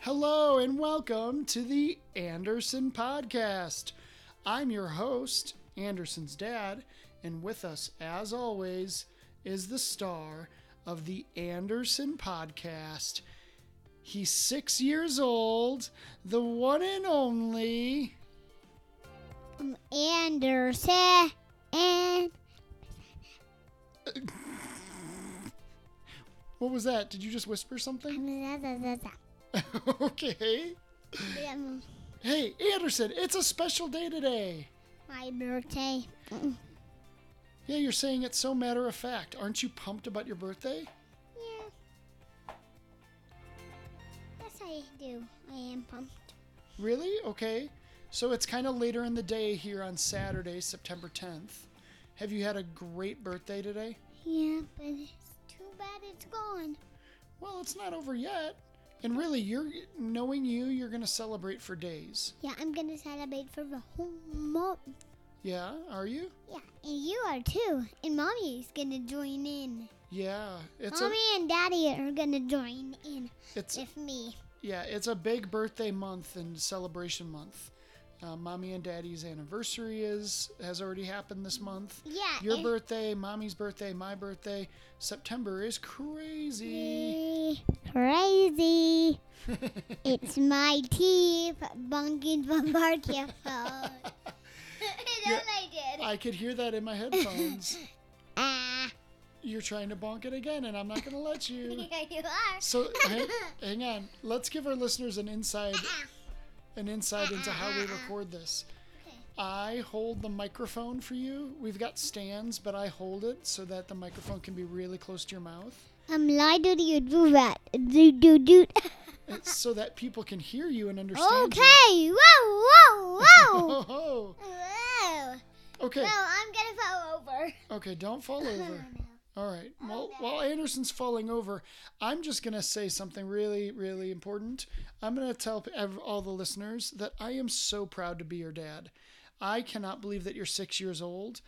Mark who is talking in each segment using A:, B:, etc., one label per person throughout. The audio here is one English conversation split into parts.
A: Hello and welcome to the Anderson Podcast. I'm your host, Anderson's dad, and with us, as always, is the star of the Anderson Podcast. He's six years old, the one and only.
B: Anderson. And
A: What was that? Did you just whisper something?
B: yeah,
A: okay. Hey, Anderson, it's a special day today.
B: my birthday.
A: Yeah, you're saying it so matter of fact. Aren't you pumped about your birthday?
B: Yeah. Yes, I do. I am pumped.
A: Really? Okay. So it's kind of later in the day here on Saturday, September 10th. Have you had a great birthday today?
B: Yeah, but it's too bad it's gone.
A: Well, it's not over yet. And really, you're knowing you, you're going to celebrate for days.
B: Yeah, I'm gonna celebrate for the whole month.
A: Yeah, are you?
B: Yeah, and you are too. And mommy's gonna join in.
A: Yeah, it's
B: Mommy and daddy are gonna join in
A: a it's
B: with me.
A: yeah, it's a big birthday month and celebration month. Uh, mommy and daddy's anniversary is has already happened this month.
B: Yeah.
A: Your
B: and-
A: birthday, mommy's birthday, my birthday. September is crazy.
B: Crazy. it's my teeth bunking from barbecue food. That's
A: Yeah.
B: I did.
A: I could hear that in my headphones.
B: Ah.
A: You're trying to bonk it again, and I'm not going to let you.
B: Yeah, you are.
A: So hang, hang on. Let's give our listeners an inside an insight into how we record this. I hold the microphone for you. We've got stands, but I hold it so that the microphone can be really close to your mouth,
B: Um, why do you do that? Do do do.
A: It's so that people can hear you and understand. you.
B: Okay. Whoa, whoa, whoa.
A: Oh,
B: whoa.
A: okay.
B: No, I'm gonna fall over.
A: Okay, don't fall over. All right. Well, while Anderson's falling over, I'm just going to say something really, really important. I'm going to tell ev- all the listeners that I am so proud to be your dad. I cannot believe that you're six years old.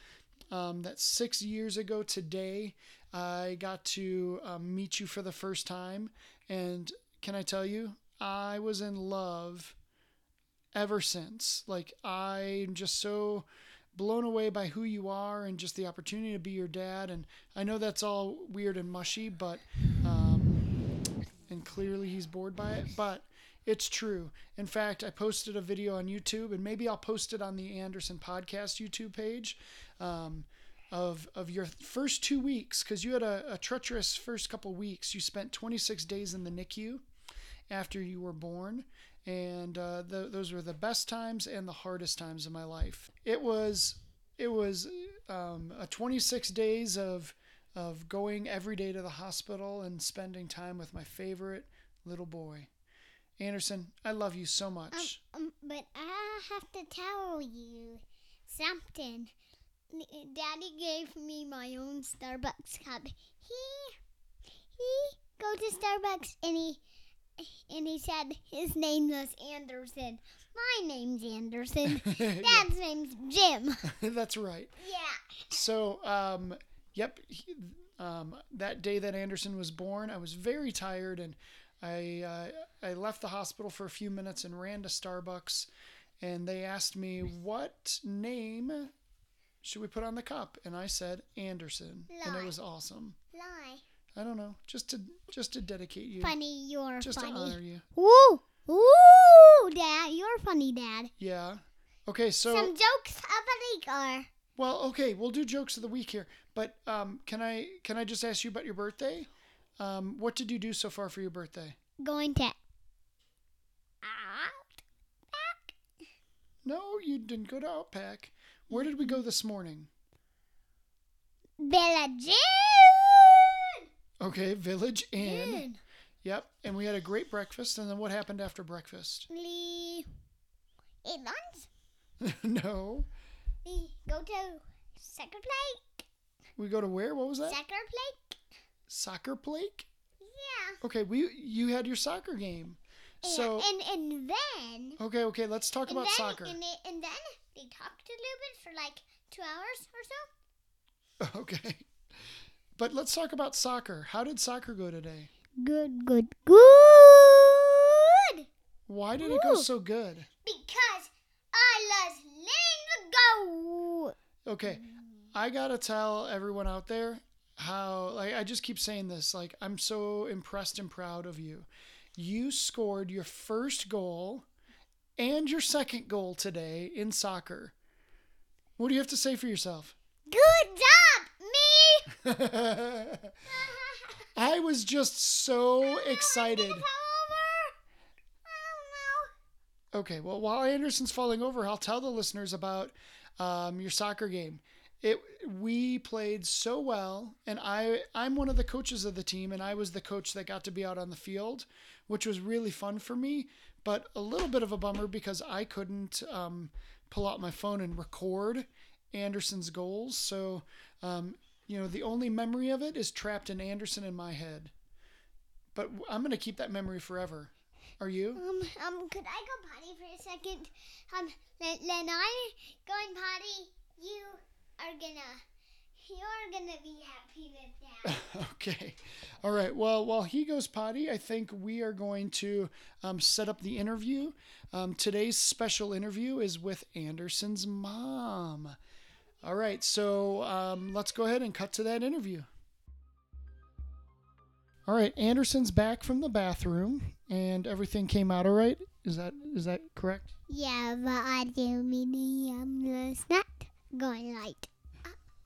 A: Um, that six years ago today, I got to um, meet you for the first time. And can I tell you, I was in love ever since. Like, I'm just so blown away by who you are and just the opportunity to be your dad. And I know that's all weird and mushy, but um, and clearly he's bored by it, but it's true. In fact, I posted a video on YouTube, and maybe I'll post it on the Anderson Podcast YouTube page. Um, of, of your first two weeks, because you had a, a treacherous first couple weeks. You spent 26 days in the NICU after you were born. And uh, tho- those were the best times and the hardest times of my life. It was it was um, a 26 days of of going every day to the hospital and spending time with my favorite little boy, Anderson. I love you so
B: Um,
A: much.
B: um, but I have to tell you something. N- Daddy gave me my own Starbucks cup. He he go to Starbucks and he and he said his name was Anderson. My name's Anderson.
A: Yeah,
B: Dad's name's Jim.
A: that's right.
B: Yeah.
A: So, um, yep, he, um, that day that Anderson was born, I was very tired, and I uh, I left the hospital for a few minutes and ran to Starbucks, and they asked me
B: Hmm.
A: what name should we put on the cup, and I said Anderson, and it
B: Lie.
A: was awesome.
B: Lie.
A: I don't know, just to just to dedicate you,
B: Funny, you're
A: just to honor
B: funny.
A: you.
B: Woo! Woo! Dad, you're funny, Dad.
A: Yeah. Okay, so
B: Some jokes of a week are.
A: Well, okay, we'll do jokes of the week here, but um, can I can I just ask you about your birthday? Um, what did you do so far for your birthday?
B: going to out back
A: No, you didn't go to Outback. Where did we go this morning?
B: Bella June.
A: Okay, Village Inn.
B: June.
A: Yep, and we had a great breakfast. And then what happened after breakfast?
B: We eat lunch.
A: no,
B: We go to soccer plate.
A: we go to where? What was that?
B: Soccer plate.
A: soccer plate.
B: Yeah.
A: Okay, we you had your soccer game.
B: And,
A: So
B: and and then
A: okay, okay, let's talk
B: and
A: about
B: then
A: soccer.
B: and, they, and then they talked a little bit for like two hours or so.
A: Okay, but let's talk about soccer. How did soccer go today?
B: Good, good, good.
A: Why did it go so good?
B: because I love letting go.
A: Okay, I gotta tell everyone out there how like I just keep saying this. Like I'm so impressed and proud of you. You scored your first goal and your second goal today in soccer. What do you have to say for yourself?
B: Good job, me.
A: I was just so excited.
B: Come over. I
A: Okay, well, while Anderson's falling over, I'll tell the listeners about um, your soccer game. It we played so well, and I I'm one of the coaches of the team, and I was the coach that got to be out on the field, which was really fun for me, but a little bit of a bummer because I couldn't um, pull out my phone and record Anderson's goals. So, um, you know, the only memory of it is trapped in Anderson in my head. But I'm gonna keep that memory forever. Are you?
B: don't know. Um, um, could I go potty for a second? Um, then, then I going potty. You are gonna, you're gonna be happy with that.
A: okay. All right. Well, while he goes potty, I think we are going to um, set up the interview. Um, today's special interview is with Anderson's mom. All right. So um, let's go ahead and cut to that interview. All right. Anderson's back from the bathroom, and everything came out all right. Is that is that correct?
B: Yeah, but I do mean the um, it's not going light.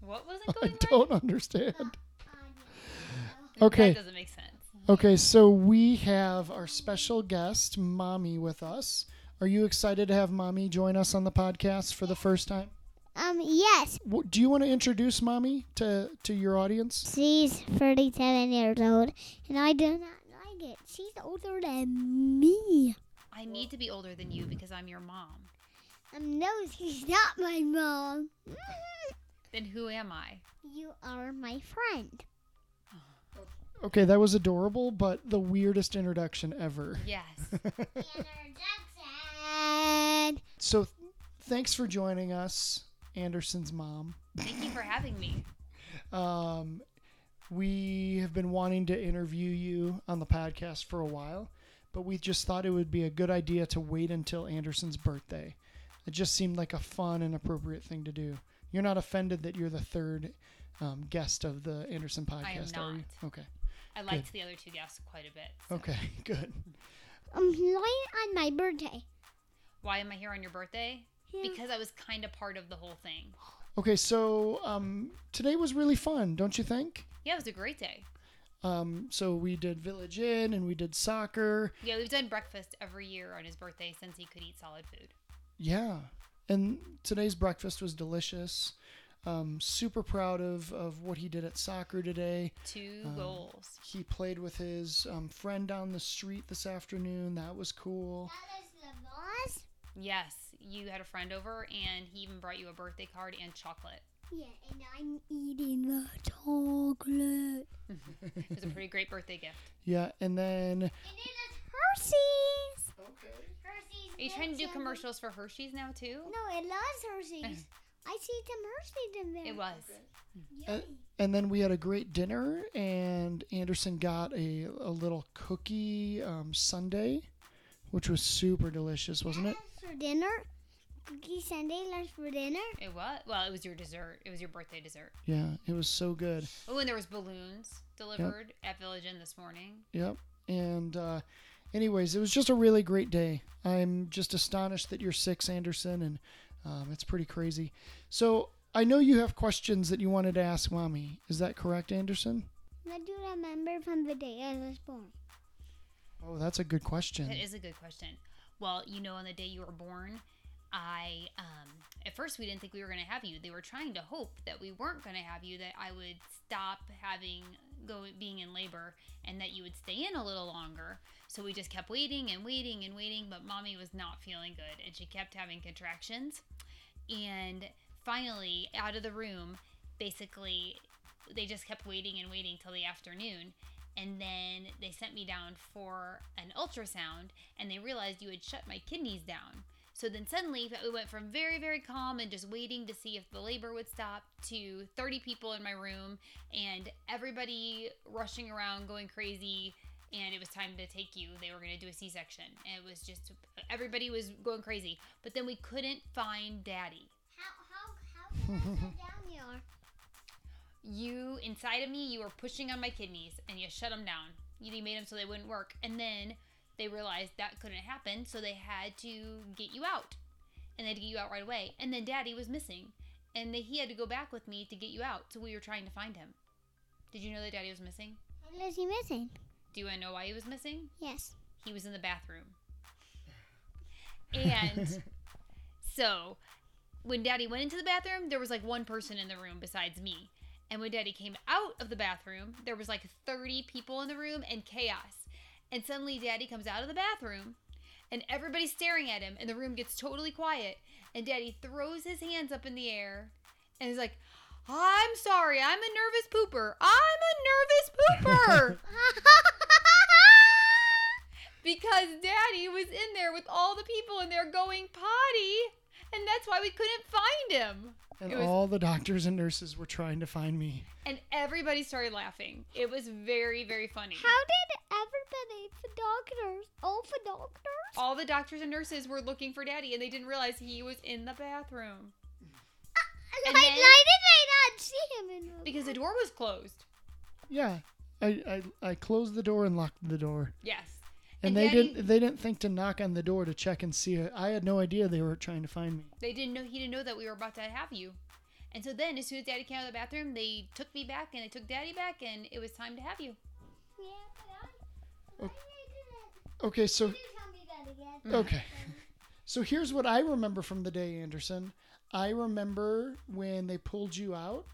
C: What wasn't
A: I
C: going right?
A: don't understand.
C: That
A: Okay.
C: doesn't make sense.
A: Okay, so we have our special guest, Mommy, with us. Are you excited to have Mommy join us on the podcast for the first time?
B: Um, yes,
A: W- Do you want to introduce Mommy to, to your audience?
B: she's 37 years old, and I do not like it. She's older than me.
C: I need to be older than you because I'm your mom.
B: Um, no, she's not my mom.
C: Then who am I?
B: you are my friend.
A: Okay, that was adorable, but the weirdest introduction ever.
C: Yes.
B: Jackson.
A: So th- thanks for joining us, Anderson's mom.
C: Thank you for having me.
A: Um, we have been wanting to interview you on the podcast for a while, but we just thought it would be a good idea to wait until Anderson's birthday. It just seemed like a fun and appropriate thing to do. You're not offended that you're the third um, guest of the Anderson podcast,
C: I am
A: are you?
C: not.
A: Okay. Oh.
C: I liked the other two guests quite a bit. so-
A: Okay. Good.
B: Um, lying on my birthday.
C: Why am I here on your birthday?
B: Yeah.
C: Because I was kind of part of the whole thing.
A: Okay. So um, today was really fun, don't you think?
C: Yeah, it was a great day.
A: Um, so we did Village Inn and we did soccer.
C: Yeah, we've done breakfast every year on his birthday since he could eat solid food.
A: Yeah. And today's breakfast was delicious. Um, super proud of, of what he did at soccer today.
C: Two
A: Um.
C: goals.
A: He played with his um, friend down the street this afternoon. That was cool.
B: That is the boss.
C: Yes, you had a friend over and he even brought you a birthday card and chocolate.
B: Yeah, and I'm eating the chocolate.
C: It was a pretty great birthday gift.
A: Yeah. And then.
B: And it is Hershey's.
A: Okay.
B: Hershey's.
C: Are you trying to do commercials for Hershey's now too?
B: No, it loves Hershey's. I see some Hershey's in there.
C: It was.
A: And, and then we had a great dinner, and Anderson got a, a little cookie um, sundae, which was super delicious, wasn't it?
B: Lunch for dinner. Cookie Sunday lunch for dinner.
C: It was. Well, it was your dessert. It was your birthday dessert.
A: Yeah. It was so good.
C: Oh, and there was balloons delivered at Village Inn this morning.
A: Yep. And uh, anyways, it was just a really great day. I'm just astonished that you're six, Anderson, and um, it's pretty crazy. So I know you have questions that you wanted to ask mommy. Is that correct, Anderson?
B: What do you remember from the day I was born?
A: Oh, that's a good question.
C: That is a good question. Well, you know, on the day you were born, I um, at first we didn't think we were going to have you. They were trying to hope that we weren't going to have you. That I would stop having go being in labor and that you would stay in a little longer. So we just kept waiting and waiting and waiting. But mommy was not feeling good, and she kept having contractions. And finally, out of the room, basically, they just kept waiting and waiting till the afternoon. And then they sent me down for an ultrasound, and they realized you had shut my kidneys down. So then suddenly, we went from very, very calm and just waiting to see if the labor would stop to 30 people in my room and everybody rushing around, going crazy. and it was time to take you. They were going to do a C section. It was just, everybody was going crazy. But then we couldn't find daddy.
B: How, how, how can I go down here?
C: You, inside of me, you were pushing on my kidneys and you shut them down. You made them so they wouldn't work. And then they realized that couldn't happen, so they had to get you out. And they had to get you out right away. And then daddy was missing. And they, he had to go back with me to get you out. So we were trying to find him. Did you know that daddy was missing?
B: What is he missing?
C: Do you want to know why he was missing?
B: Yes.
C: He was in the bathroom. And so when daddy went into the bathroom, there was like one person in the room besides me. And when daddy came out of the bathroom, there was like 30 people in the room and chaos. And suddenly daddy comes out of the bathroom and everybody's staring at him and the room gets totally quiet. And daddy throws his hands up in the air and is like, I'm sorry, I'm a nervous pooper. I'm a nervous pooper. because daddy was in there with all the people and they're going potty. And that's why we couldn't find him.
A: And
C: It was-
A: all the doctors and nurses were trying to find me.
C: And everybody started laughing. It was very, very funny.
B: How did everybody, the doctors, all the doctors?
A: Oh,
C: all the doctors and nurses were looking for daddy and they didn't realize he was in the bathroom
B: Like,
C: and
B: why
C: then-
B: did I not see him in the
C: because the door was closed.
A: Yeah, I I, I closed the door and locked the door.
C: Yes.
A: And, they
C: Daddy-
A: didn't they didn't think to knock on the door to check and see it. I had no idea they were trying to find me.
C: They didn't know he didn't know that we were about to have you. And so then as soon as daddy came out of the bathroom, they took me back and they took daddy back and it was time to have you.
B: Yeah, but
A: Oh.
B: I,
A: Mm.
B: why did
A: Okay, so
B: I do that? You tell me that again.
A: okay. So here's what I remember from the day, Anderson. I remember when they pulled you out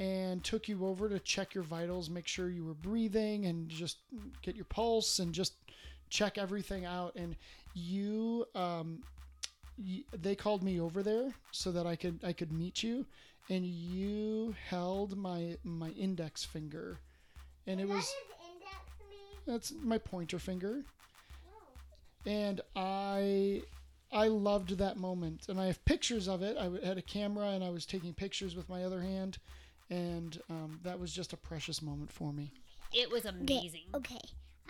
A: and took you over to check your vitals, make sure you were breathing and just get your pulse and just check everything out and you um y- they called me over there so that I could I could meet you and you held my my index finger and it
B: That
A: was
B: is index me.
A: that's my pointer finger
B: Oh.
A: and I I loved that moment, and I have pictures of it. I w- had a camera, and I was taking pictures with my other hand, and um, that was just a precious moment for me.
C: It was amazing.
B: Okay,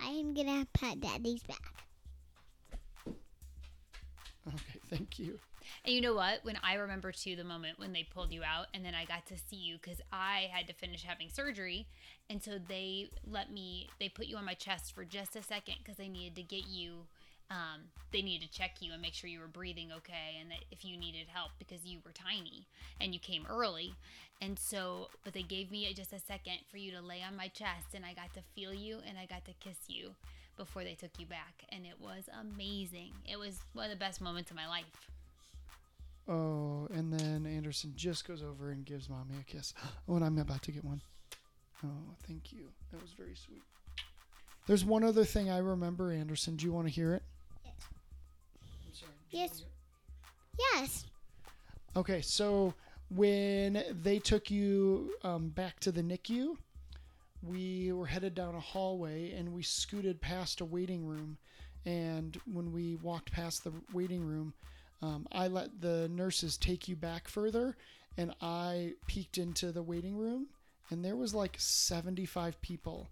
B: I am gonna pat Daddy's back.
A: Okay, thank you.
C: And you know what? When I remember too the moment when they pulled you out and then I got to see you because I had to finish having surgery. And so they let me, they put you on my chest for just a second because they needed to get you, um, they needed to check you and make sure you were breathing okay and that if you needed help because you were tiny and you came early. And so, but they gave me just a second for you to lay on my chest and I got to feel you and I got to kiss you before they took you back. And it was amazing. It was one of the best moments of my life.
A: Oh, and then Anderson just goes over and gives mommy a kiss. Oh, and I'm about to get one. Oh, thank you. That was very sweet. There's one other thing I remember, Anderson. Do you want to hear it? I'm sorry. do you wanna
B: Yes.
A: hear it?
B: Yes.
A: Okay, so when they took you um, back to the NICU, we were headed down a hallway and we scooted past a waiting room. And when we walked past the waiting room, um, I let the nurses take you back further and I peeked into the waiting room. And there was like 75 people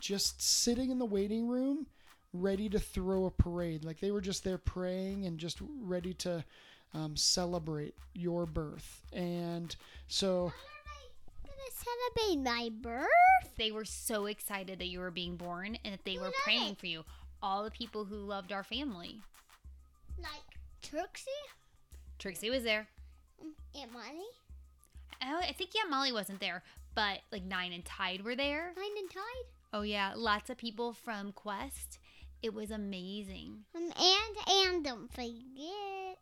A: just sitting in the waiting room ready to throw a parade. Like they were just there praying and just ready to um, celebrate your birth. And so,
B: I'm gonna celebrate my birth.
C: they were so excited that you were being born and that they were
B: Love
C: praying
B: it.
C: for you. All the people who loved our family.
B: Like Trixie Mm,
C: Trixie was there.
B: and Molly.
C: Oh, I think yeah, Molly wasn't there, but like Nine and Tide were there.
B: Nine and Tide.
C: Oh yeah, lots of people from Quest. It was amazing.
B: Um, and and don't forget.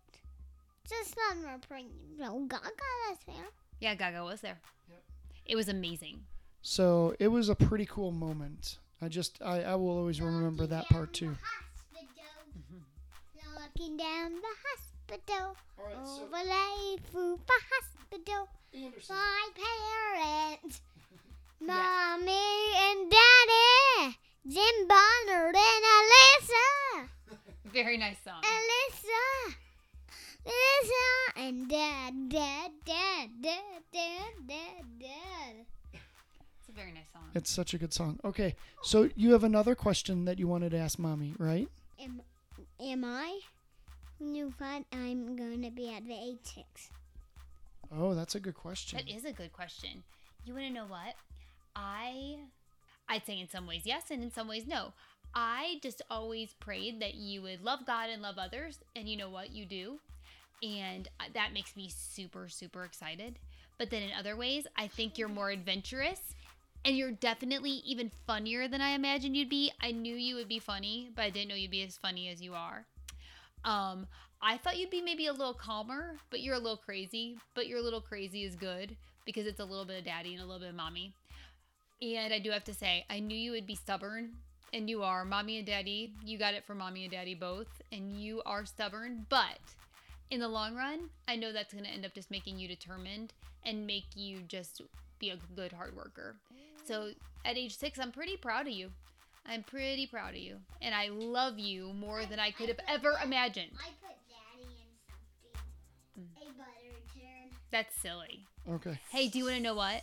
B: Just let me bring no Gaga that's there.
C: Yeah, Gaga was there.
A: Yep.
C: It was amazing.
A: so it was a pretty cool moment. I just, I, I will always remember that part too.
B: Looking down the hospital,
A: All right,
C: Oh,
A: so
B: overlay through the hospital.
A: Anderson,
B: My parents, mommy and daddy, Jim Bonner and Alyssa,
C: Very nice song.
B: Alyssa, Alyssa, and dad, dad, dad, dad, dad, dad, dad.
C: It's a very nice song.
A: It's such a good song. Okay, so you have another question that you wanted to ask mommy, right?
B: Am, am I? New fun. I'm going to be at the age six.
A: Oh, that's a good question.
C: That is a good question. You want to know what? I I'd say in some ways yes and in some ways no. I just always prayed that you would love God and love others and you know what you do. And uh, that makes me super super excited. But then in other ways, I think you're more adventurous and you're definitely even funnier than I imagined you'd be. I knew you would be funny, but I didn't know you'd be as funny as you are. Um, I thought you'd be maybe a little calmer, but you're a little crazy. But your little crazy is good because it's a little bit of daddy and a little bit of mommy. And I do have to say, I knew you would be stubborn, and you are. Mommy and daddy, you got it from mommy and daddy both, and you are stubborn. But in the long run, I know that's going to end up just making you determined and make you just be a good hard worker. So at age six, I'm pretty proud of you. I'm pretty proud of you, and I love you more than I could have ever imagined.
B: I put daddy in something. A butter churn.
C: That's silly.
A: Okay.
C: Hey, do you want to know what?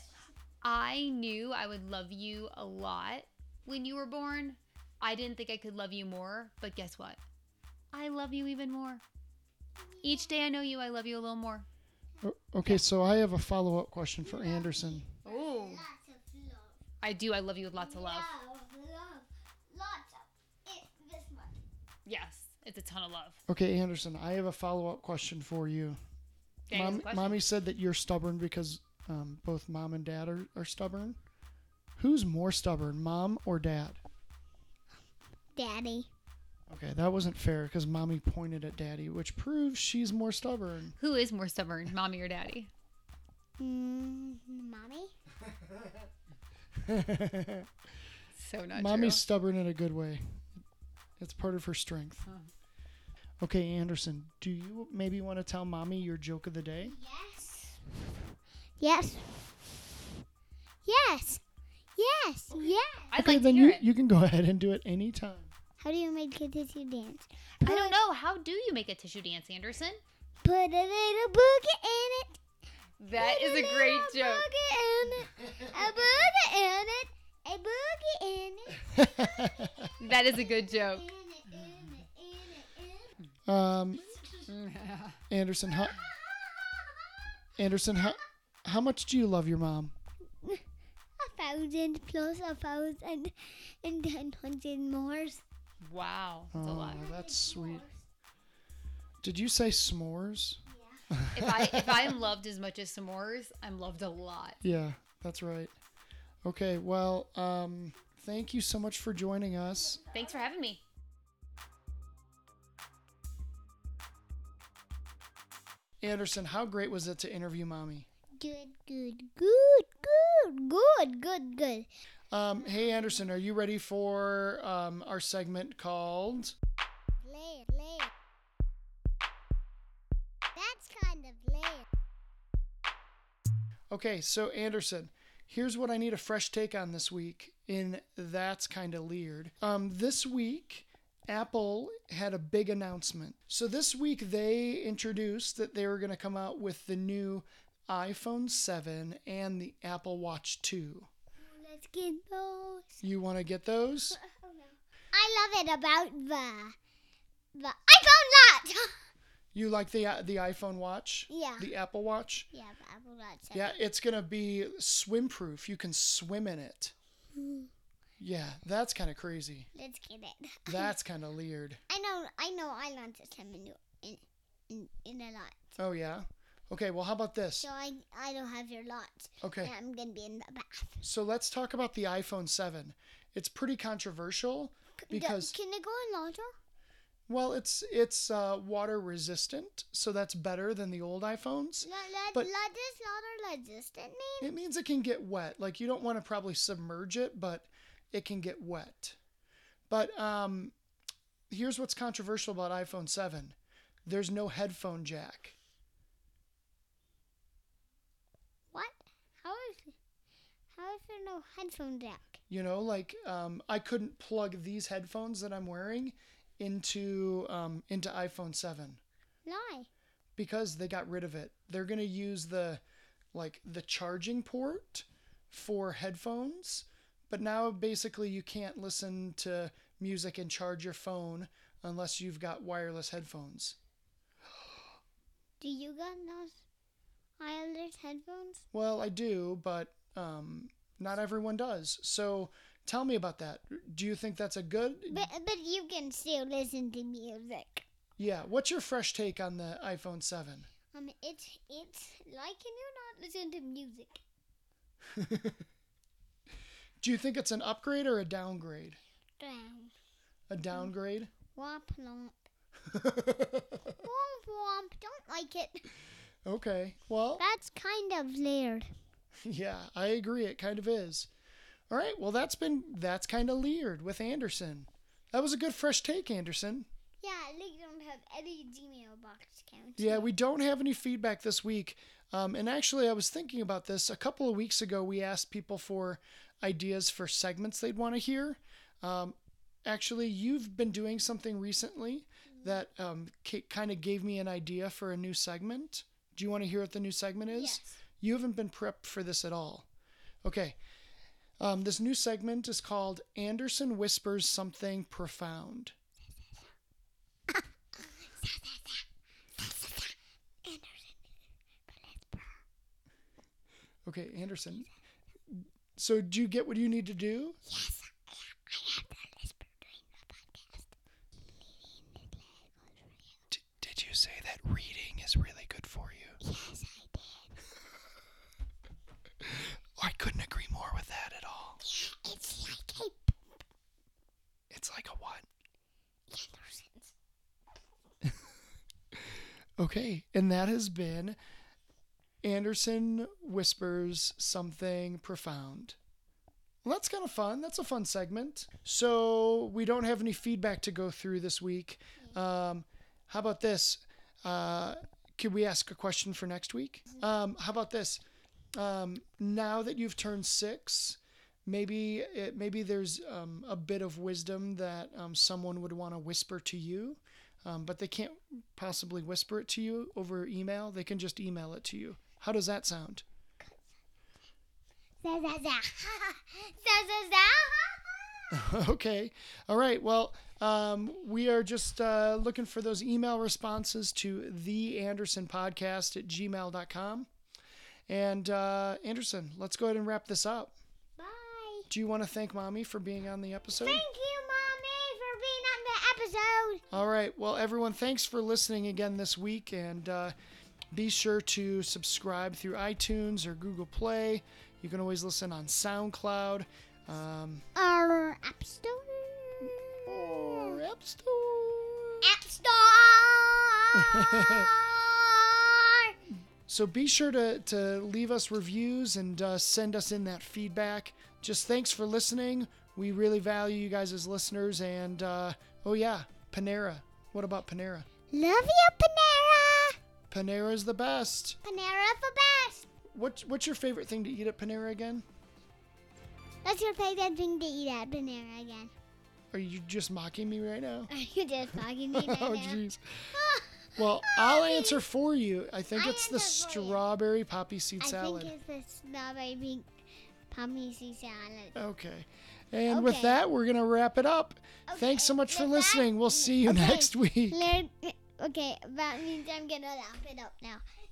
C: I knew I would love you a lot when you were born. I didn't think I could love you more, but guess what? I love you even more. Each day I know you, I love you a little more.
A: O- Okay, so I have a follow up question for Anderson.
C: Oh,
B: Lots of love.
C: I do. I love you with lots of love.
B: Love, love, lots of it this month.
C: Yes, it's a ton of love.
A: Okay, Anderson, I have a follow up question for you.
C: Dang, it's a
A: Mom,
C: question.
A: mommy said that you're stubborn because um, both mom and dad are, are stubborn. Who's more stubborn, mom or dad?
B: Daddy.
A: Okay, that wasn't fair because mommy pointed at daddy, which proves she's more stubborn.
C: Who is more stubborn, mommy or daddy?
B: Mm, mommy?
C: So not
A: Mommy's stubborn in a good way. It's part of her strength.
C: Oh.
A: Okay, Anderson, do you maybe want to tell mommy your joke of the day?
B: Yes. Yes. Yes. Yes. Oh, Yes.
C: true. I'd
A: okay,
C: like
A: then
C: to hear
A: you,
C: it.
A: you can go ahead and do it anytime.
B: How do you make a tissue dance?
C: I don't know. How do you make a tissue dance, Anderson?
B: Put a little boogie in it.
C: That
B: put
C: is a
B: little
C: great joke.
B: Boogie in it. A boogie in it. A boogie in it.
C: That is a good joke.
B: In it. In it. In it. In it.
A: um, Anderson, how, Anderson, how, how much do you love your mom?
B: A thousand plus a thousand and ten hundred more.
C: wow, that's a
A: Oh,
C: lot.
A: that's sweet. Did you say s'mores?
C: If I if I'm loved as much as s'mores, I'm loved a lot.
A: Yeah, that's right. Okay, well, um, thank you so much for joining us.
C: Thanks for having me.
A: Anderson, how great was it to interview mommy?
B: Good, good, good, good, good, good, good.
A: Um, hey, Anderson, are you ready for um, our segment called?
B: Layer, layer. That's kind of layer.
A: Okay, so Anderson, here's what I need a fresh take on this week. In that's kind of weird. Um, this week, Apple had a big announcement. So this week they introduced that they were going to come out with the new iPhone 7 and the Apple Watch 2.
B: Let's get those.
A: You want to get those?
B: I love it about the the iPhone lot.
A: You like the the iPhone Watch?
B: Yeah.
A: The Apple Watch?
B: yeah, the Apple lot.
A: Yeah, it's gonna be swim proof. You can swim in it. Yeah, that's kind of crazy.
B: Let's get it.
A: That's kind of weird.
B: I know. I know. I learned this time in in in, in a lot.
A: Oh yeah. Okay. Well, how about this?
B: So I I don't have your lot.
A: Okay.
B: And I'm gonna be in the bath.
A: So let's talk about the iPhone 7. It's pretty controversial
B: Do-
A: because
B: can I go in larger?
A: well, it's it's uh, water resistant, so that's better than the old iPhones.
B: La, la,
A: But-
B: la, this larger, la, this didn't mean.
A: It means it can get wet. Like you don't want to probably submerge it, but it can get wet. But um here's what's controversial about iPhone 7. There's no headphone jack.
B: What? How is how is there no headphone jack?
A: You know, like um I couldn't plug these headphones that I'm wearing into um into iPhone 7
B: Lie.
A: because they got rid of it. They're going to use the like the charging port for headphones, but now basically you can't listen to music and charge your phone unless you've got wireless headphones.
B: Do you got those wireless headphones?
A: Well, I do, but um, not everyone does. So tell me about that. Do you think that's a good?
B: But but you can still listen to music.
A: Yeah. What's your fresh take on the iPhone Seven?
B: Um, it's it's like can you not listen to music?
A: Do you think it's an upgrade or a downgrade?
B: Down.
A: A downgrade?
B: Womp lomp. Womp womp. Don't like it.
A: okay. Well,
B: That's kind of layered.
A: yeah, I agree. It kind of is. All right. Well, that's been that's kind of leered with Anderson. That was a good fresh take, Anderson.
B: Yeah, they don't have any Gmail box accounts.
A: Yeah, we don't have any feedback this week. Um, and actually, I was thinking about this a couple of weeks ago. We asked people for ideas for segments they'd want to hear. Um, actually, you've been doing something recently that um, k- kind of gave me an idea for a new segment. Do you want to hear what the new segment is?
B: Yes.
A: You haven't been prepped for this at all. Okay. Um, this new segment is called Anderson Whispers Something Profound. Okay, Anderson. So, do you get what you need to do? D- did you say that reading is really good for you? Yes, Oh, I did. I couldn't agree more with that at all.
B: It's like a
A: It's like a what?
B: Anderson's.
A: Okay, and that has been Anderson Whispers Something Profound. Well, that's kind of fun. That's a fun segment. So, we don't have any feedback to go through this week. Um, how about this? Uh, could we ask a question for next week? Um, how about this? Um, now that you've turned six, maybe it, maybe there's um, a bit of wisdom that um, someone would want to whisper to you, um, but they can't possibly whisper it to you over email. They can just email it to you. How does that sound?
B: Za za za. Za za za.
A: okay. All right. Well, um, we are just uh, looking for those email responses to the Anderson podcast at gmail.com. And uh, Anderson, let's go ahead and wrap this up.
B: Bye.
A: Do you want to thank mommy for being on the episode?
B: Thank you, Mommy, for being on the episode.
A: All right. Well, everyone, thanks for listening again this week. And uh, be sure to subscribe through iTunes or Google Play. You can always listen on SoundCloud um,
B: Our App Store.
A: or App Store.
B: App Store.
A: So be sure to, to leave us reviews and uh, send us in that feedback. Just thanks for listening. We really value you guys as listeners. And uh, oh, yeah, Panera. What about Panera?
B: Love you, Panera.
A: Panera is the best.
B: Panera for best.
A: What, what's your favorite thing to eat at Panera again?
B: What's your favorite thing to eat at Panera again?
A: Are you just mocking me right now?
B: Are you just talking to me right
A: oh,
B: now?
A: jeez. Well, I'll
B: Mommy.
A: answer for you. I think
B: I
A: it's the
B: answer for you.
A: strawberry poppy seed
B: I
A: salad.
B: think it's the strawberry pink pommy seed salad.
A: Okay. And with
B: Okay.
A: that, we're going to wrap it up. Thanks so
B: Okay,
A: much for
B: with that-
A: listening. We'll see you
B: Okay.
A: next week.
B: Lear- Okay, that means I'm gonna wrap it up now.